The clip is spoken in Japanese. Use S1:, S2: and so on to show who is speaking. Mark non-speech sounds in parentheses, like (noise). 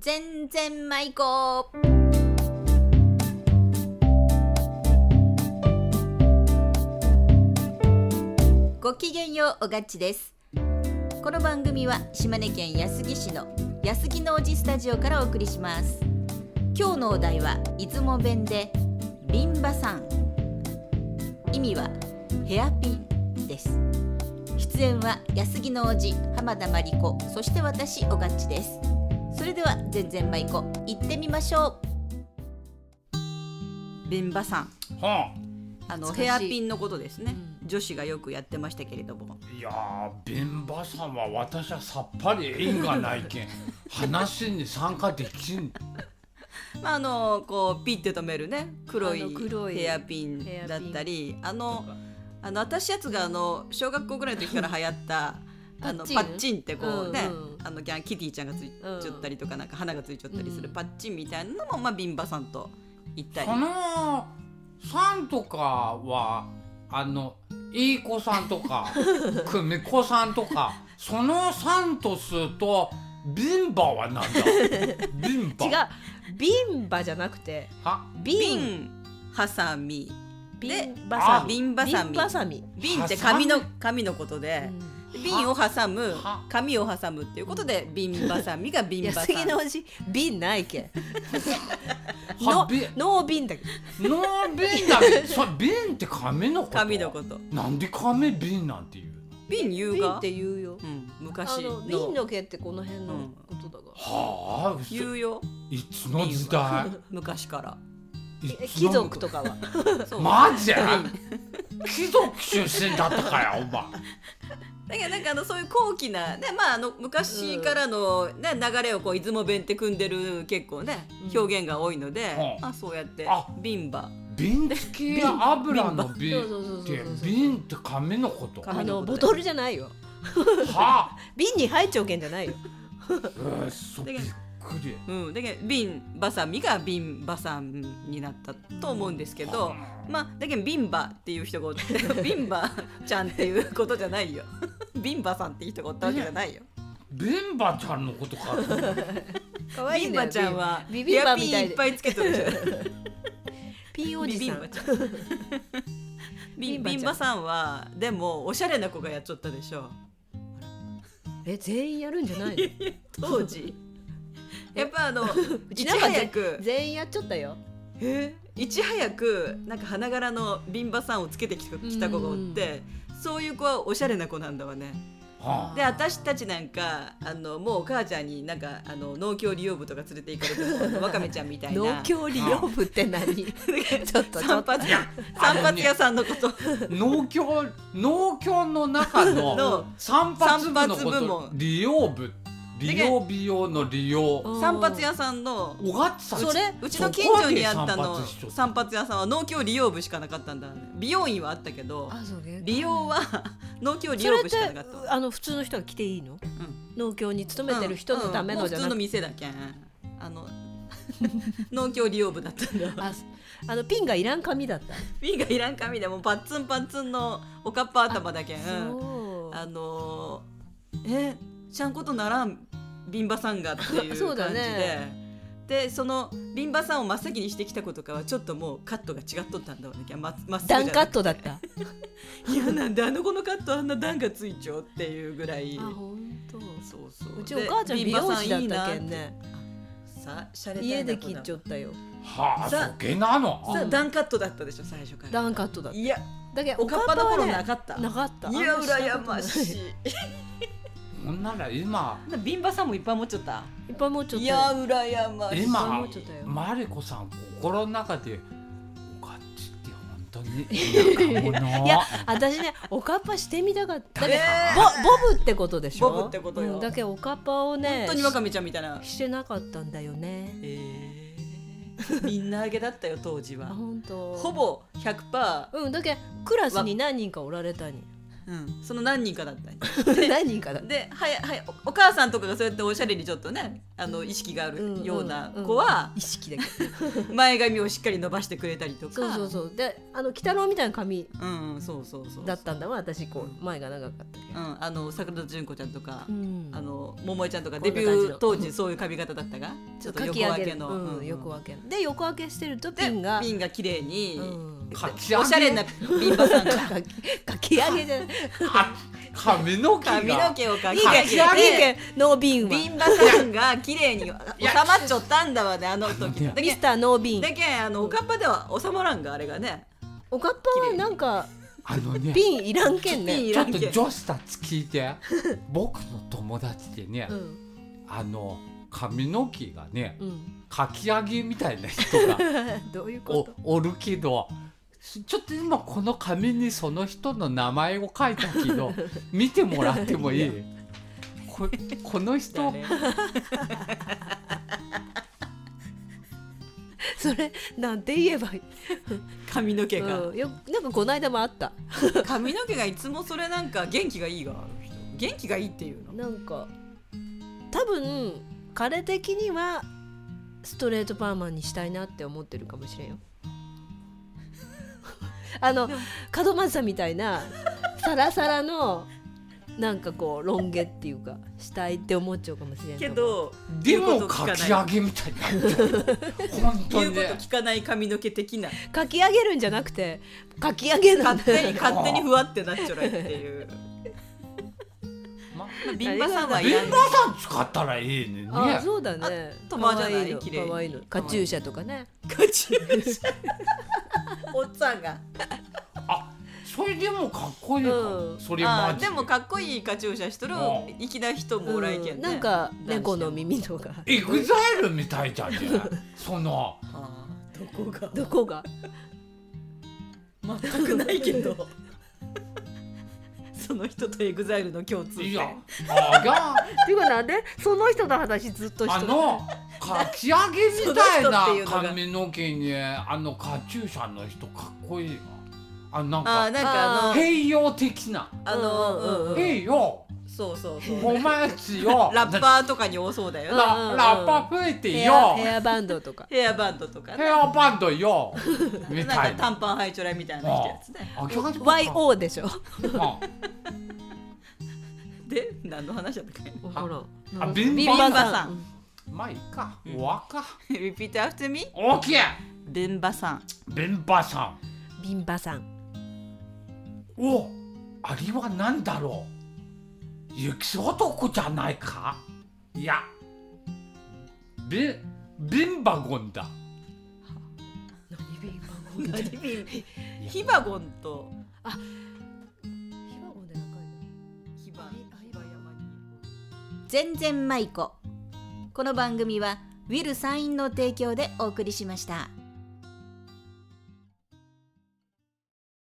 S1: 全然舞子ごきげんようおがっちですこの番組は島根県安来市の安来のおじスタジオからお送りします今日のお題は出雲弁でビンバさん意味はヘアピンです出演は安来のおじ浜田真理子そして私おがっちですそれでは全然舞子行ってみましょうビンバさん
S2: は
S1: あの
S3: 懐かしい
S1: ヘアピンのことですね、女子がよくやってましたけれども
S2: あ、いやー弁馬さんは私はさっぱり縁がない (laughs) けん話に参加できん
S1: まああのこうピッて止めるね黒い
S3: あの黒い
S1: ヘアピンだったりあのあの私やつがあの小学校ぐらいの時から流行ったあ
S3: (laughs) パッ
S1: の
S3: チン
S1: パッチンってこうね、
S3: うんうん
S1: あのギャンキティちゃんがついちゃったりとかなんか花がついちゃったりする
S3: うん
S1: パッチンみたいなのもまあビンバさんと行ったり
S2: そのさんとかはあのいい子さんとか
S3: (laughs)
S2: 久美子さんとかそのさんとするとビンバは
S3: (laughs)
S2: なんだビンバ
S3: 違うビンバじゃなくて
S2: は
S1: ビ
S3: ビン
S1: ンハサミ
S3: ビンバ
S2: あ
S3: サミ
S1: ビンバサミ
S3: ビンバサミ
S1: ビンって紙の
S2: ハサ
S1: 紙のこと
S3: う
S1: で、
S3: ん
S1: 瓶を挟む
S2: は
S1: 紙を挟むっていうことでビンバサミがビンバサ
S3: 安
S1: ミ
S3: 木のおじビンないけん
S2: は
S3: の
S2: ビン
S3: ノービンだけ
S2: のビンだ
S3: (laughs)
S2: けどそれビンって紙のこと
S1: 紙のこと
S2: なんで紙ビンなんていうの
S1: 瓶言う
S3: ビンっ
S1: が
S3: て言うよ
S1: うん、
S3: あ
S1: 昔
S3: の
S1: の
S3: ビンの毛ってこの辺
S1: うん
S3: のことだから
S2: はあ嘘
S1: 言
S3: (laughs)
S1: うよ
S2: いつの時代
S1: (laughs) 昔から
S2: いつの時
S3: え
S2: 代
S3: (laughs) 貴族とかは
S1: そう
S2: マジ貴族出身だったか
S1: (laughs)
S2: よお前
S1: だけどなんかあのそういう高貴な、ねまあ、あの昔からの、ね、流れをこう出雲弁って組んでる結構ね
S3: うん
S1: 表現が多いので、
S2: うん
S1: まあ、そうやって
S2: あ
S1: ビンバ
S2: 瓶付きや油の瓶
S3: そうそうそうそう
S2: っ
S3: そう
S2: て瓶って紙のことは
S3: あ
S1: 紙の
S3: の
S1: こと
S3: ボ
S1: で
S3: トルじゃないよ
S2: あ
S3: 瓶に入っちゃうけんじゃないよ
S2: うっそびっくり
S1: うん、だけどビンバサミがビンバさんになったと思うんですけど、まあだけどビンバっていう人がおって (laughs) ビンバちゃんっていうことじゃないよ (laughs) ビンバさんっていう人がおったわけじゃないよ
S2: 瓶馬ちゃんのことかと
S1: (laughs)
S2: 思った
S3: (laughs) 可愛いん
S1: ビン
S3: だよ
S1: バちゃんは
S3: ビビンバみた
S1: ヘア
S3: い
S1: ピンいっ
S3: で
S1: ぱいつけとるじ
S3: (laughs)
S1: ゃん
S3: ピンおじ
S1: ビ
S3: さ
S1: ンバ
S3: ん
S1: ちゃんビ
S3: ビ
S1: ン
S3: ンバち
S1: ビ
S3: ゃん
S1: ンバさんはでもおしゃれな子がやっちゃったでしょ
S3: え全員やるんじゃない (laughs) の
S1: 当時やっぱあの
S3: (laughs) う
S1: い
S3: ち
S1: ち
S3: なんか
S1: 早く
S3: 全員やっちゃったよ
S1: えいち早くなんか花柄のビンバさんをつけてきたきた子がおってそういう子はおしゃれな子なんだわね
S2: は
S1: で私たちなんかあのもうお母ちゃんになんかあの農協利用部とか連れて行かれてもあのわかめちゃんみたいな
S3: 農協利用部って (laughs) 何ちょっとちょ
S1: 散
S3: っと (laughs)
S1: 髪屋散髪屋さんのこと
S2: あ農協農協の中の
S1: (laughs) の
S2: 散髪部のこ
S1: 散髪部
S2: と
S1: 門
S2: 利用部利用美容の利用
S3: うん
S1: 散髪屋さんの
S2: 小勝さん
S1: うちうちの近所にあったの
S2: そこで散髪しちょった
S1: 散髪屋さんは農協利用部しかなかったんだね美容院はあったけど
S3: あそうね
S1: 美容は農協利
S3: それ
S1: 用
S3: っ
S1: 部
S3: て
S1: しかなかった
S3: あの普通の人が来ていいの
S1: ん
S3: 農協に勤めてる人のため
S1: うん
S3: の
S1: うん
S3: じゃ
S1: も
S3: な
S1: う普通の
S3: くて
S1: 店だけんあの (laughs) 農協利用部だった
S3: (laughs)
S1: んだ
S3: ああのピンがいらん髪だった
S1: ピンがいらん髪でもうパッツンパッツンのおかっぱ頭だけん
S3: そう
S1: あのー、えちゃんことならんビンバさんがっていう
S3: そう
S1: 感
S3: だ
S1: じで、
S3: ね
S1: でそのビンバさんを真っ先にしてきた子とかはちょっともうカットが違っとったんだわねままっすぐじ
S3: ダ
S1: ゃな
S3: ン
S1: い
S3: カットだったあ
S1: いやなんであの子のカットあんな段がついちゃうっていうぐらい
S3: 本当
S1: そうそう
S3: うちお
S1: で
S3: 母ちゃん美
S1: ビン
S3: 容
S1: バさ
S3: 師だ
S1: い
S3: っ
S1: いな
S3: たけんね
S1: さ洒落た
S3: 家
S1: ような
S3: で
S1: 子
S3: 切
S1: だ
S3: っちゃったよ
S2: はあ
S1: さ
S2: そげなの
S1: さダンカットだったでしょ最初から
S3: ダンカットだった
S1: いや
S3: だけど
S1: おかっぱどころな
S3: っ
S1: かった
S3: なかった
S1: いや羨まし
S3: い (laughs)
S1: い
S2: ほんなら今
S1: ビンバさんもいっぱい持っちゃった
S3: いっぱいもうちょっと
S1: いや羨ましい
S2: 今
S3: もうちょっとよ
S2: マリコさん心の中で「おかっちって本当に田舎者」
S3: (laughs) いや私ねおかっぱしてみたかっただけど、
S1: えー
S3: ボボブってことでしょ
S1: ボブってことよ
S3: うんだけどおかっぱをね
S1: 本当にわかめちゃんみたいな
S3: ししてなかったんだよね
S1: えー、みんなあげだったよ当時
S3: あ
S1: は
S3: 本当
S1: ほぼ100% (laughs)
S3: うんだけどクラスに何人かおられたに
S1: うん、その何人かだった
S3: 何人かだ
S1: で、はいはい、おお母さんとかがそうやっておしゃれにちょっとねあの意識があるような子は
S3: 意識だけど
S1: 前髪をしっかり伸ばしてくれたりとか
S3: そうそうそうであの鬼太郎みたいな髪
S1: うん、そうそうそうそう
S3: だったんだわ私こう前が長かったけ
S1: う
S3: ど、
S1: ん、あの桜田純子ちゃんとか、
S3: うん
S1: あの桃井ちゃんとか
S3: こん
S1: デ
S3: な
S1: ビ
S3: 感じ
S1: ュ
S3: の
S1: ー当時そういう髪型だったがちょっと
S3: か
S1: 横
S3: き上
S1: 分
S3: げ
S1: け
S3: る
S1: の、
S3: うん
S1: うん
S3: 横分けので横分けしてると
S1: で
S3: ピンが
S1: ピンが綺麗に、
S3: うん
S2: かき
S1: おしゃれなビンバさんが
S3: かきかき上げじゃない
S2: か髪の毛
S1: 髪の
S2: が
S1: 毛をか
S3: いい
S1: き
S3: けん
S1: 上
S3: いい
S1: げ
S3: け
S1: て
S3: んノービンは
S1: ビンバさんが綺麗に収ま
S2: いや
S1: っちゃったんだわねあの時だけ
S3: ミ
S1: ん
S3: スターノービン
S1: だけんあのおかっぱでは収まらんがあれがね
S3: おかっぱはなんか
S2: あのね
S3: ピンいらんけん
S1: ピン
S3: ね
S2: ち
S1: い
S2: ょ
S1: ら
S2: っ
S1: ん
S2: と
S1: けん
S2: 女子たち聞い
S3: (laughs)
S2: て僕の友達でね、
S3: うん
S2: あの髪の毛がね
S3: うん
S2: かき上げみたいな人が
S3: どういう (laughs) こ
S2: おお
S3: と
S2: るけどちょっと今この紙にその人の名前を書いたけ
S3: (laughs)
S2: ど見てもらってもいいここの人
S3: それなんて言えばいい
S1: 髪の毛が、
S3: うんよなんかこの間もあった
S1: 髪の毛がいつもそれなんか元気がいいがあの人元気がいいっていうの
S3: なんか多分彼的にはストレートパーマにしたいなって思ってるかもしれんよ (laughs) あの門松さんみたいなサラサラのなんかこうロン毛っていうかしたいって思っちゃうかもしれんと
S1: け
S3: 思う
S1: ど
S2: で
S1: 言う
S2: も
S1: こと聞
S2: か
S1: か
S2: き上
S1: ない
S2: げみたいになってる本当
S1: 言う
S2: に
S1: こ
S2: ね
S1: と聞かない髪の毛的な
S3: かき上げるんじゃなくてかき上げ (laughs) なん
S1: 勝
S3: だ
S1: 手に勝手にふわってなっちゃうっていう
S2: ま
S1: ビンバさんはい
S2: ビ
S1: らん
S2: ンバさん使ったらいいね
S3: あ
S2: ね
S3: そうだね
S1: あ玉じゃない
S3: 可愛の
S1: 綺麗に
S3: 可愛いのカチューシャとかね
S1: カチューシャおっさんが
S2: それでもかっこいいかも、
S3: うん
S2: それ
S1: あ
S2: マ
S1: ー
S2: ジ
S1: でもかっこいいカチューシャしとる
S2: うん
S1: 粋な人もおらいけんね、
S3: うんなんか猫の耳とか
S2: エグザイルみたいじゃんねその
S1: あーどこが
S3: どこが
S1: 全くないけど (laughs) その人とエグザイルの共通
S2: い
S1: 点
S2: やあが
S3: っていうかなんでその人の話ずっとし
S2: あ
S3: て
S2: のかき上げみたいな
S1: その人っていうのが
S2: 髪の毛にあのカチューシャの人かっこいいなあなん
S1: あー
S2: か
S1: なんかあの
S2: 併用的な
S1: あの
S3: うん
S1: うんうん
S2: 併用
S1: そうそうそう
S2: お前ちよ
S1: ラッパーとかに多そうだよな
S2: ラ
S3: うんうんうん
S2: ラッパ吹いて
S3: ヘ
S2: よ
S3: アヘアバンドとか
S1: ヘアバンドとか
S2: ヘ
S1: ね
S2: アバンドよみ
S1: な
S2: たい
S1: んか
S2: な
S1: 短パンハイチョラみたいな人やつね
S2: あ
S3: YO でしょ
S1: で何の話だったっけ
S3: ほら
S2: あ
S3: なんか
S2: ビン
S1: バン
S3: ン
S2: まあいいか終わっか
S1: (laughs) Repeat after me
S2: オーケー
S1: ルンバさん
S2: ベンバさん
S3: ビンバさん
S2: おあれは何だろう雪男じゃないかいやビビンバゴンだ
S3: 何ビンバ
S1: ヒバゴンとヒバヒバ山に
S4: 全然舞子この番組はウィル・サインの提供でお送りしました。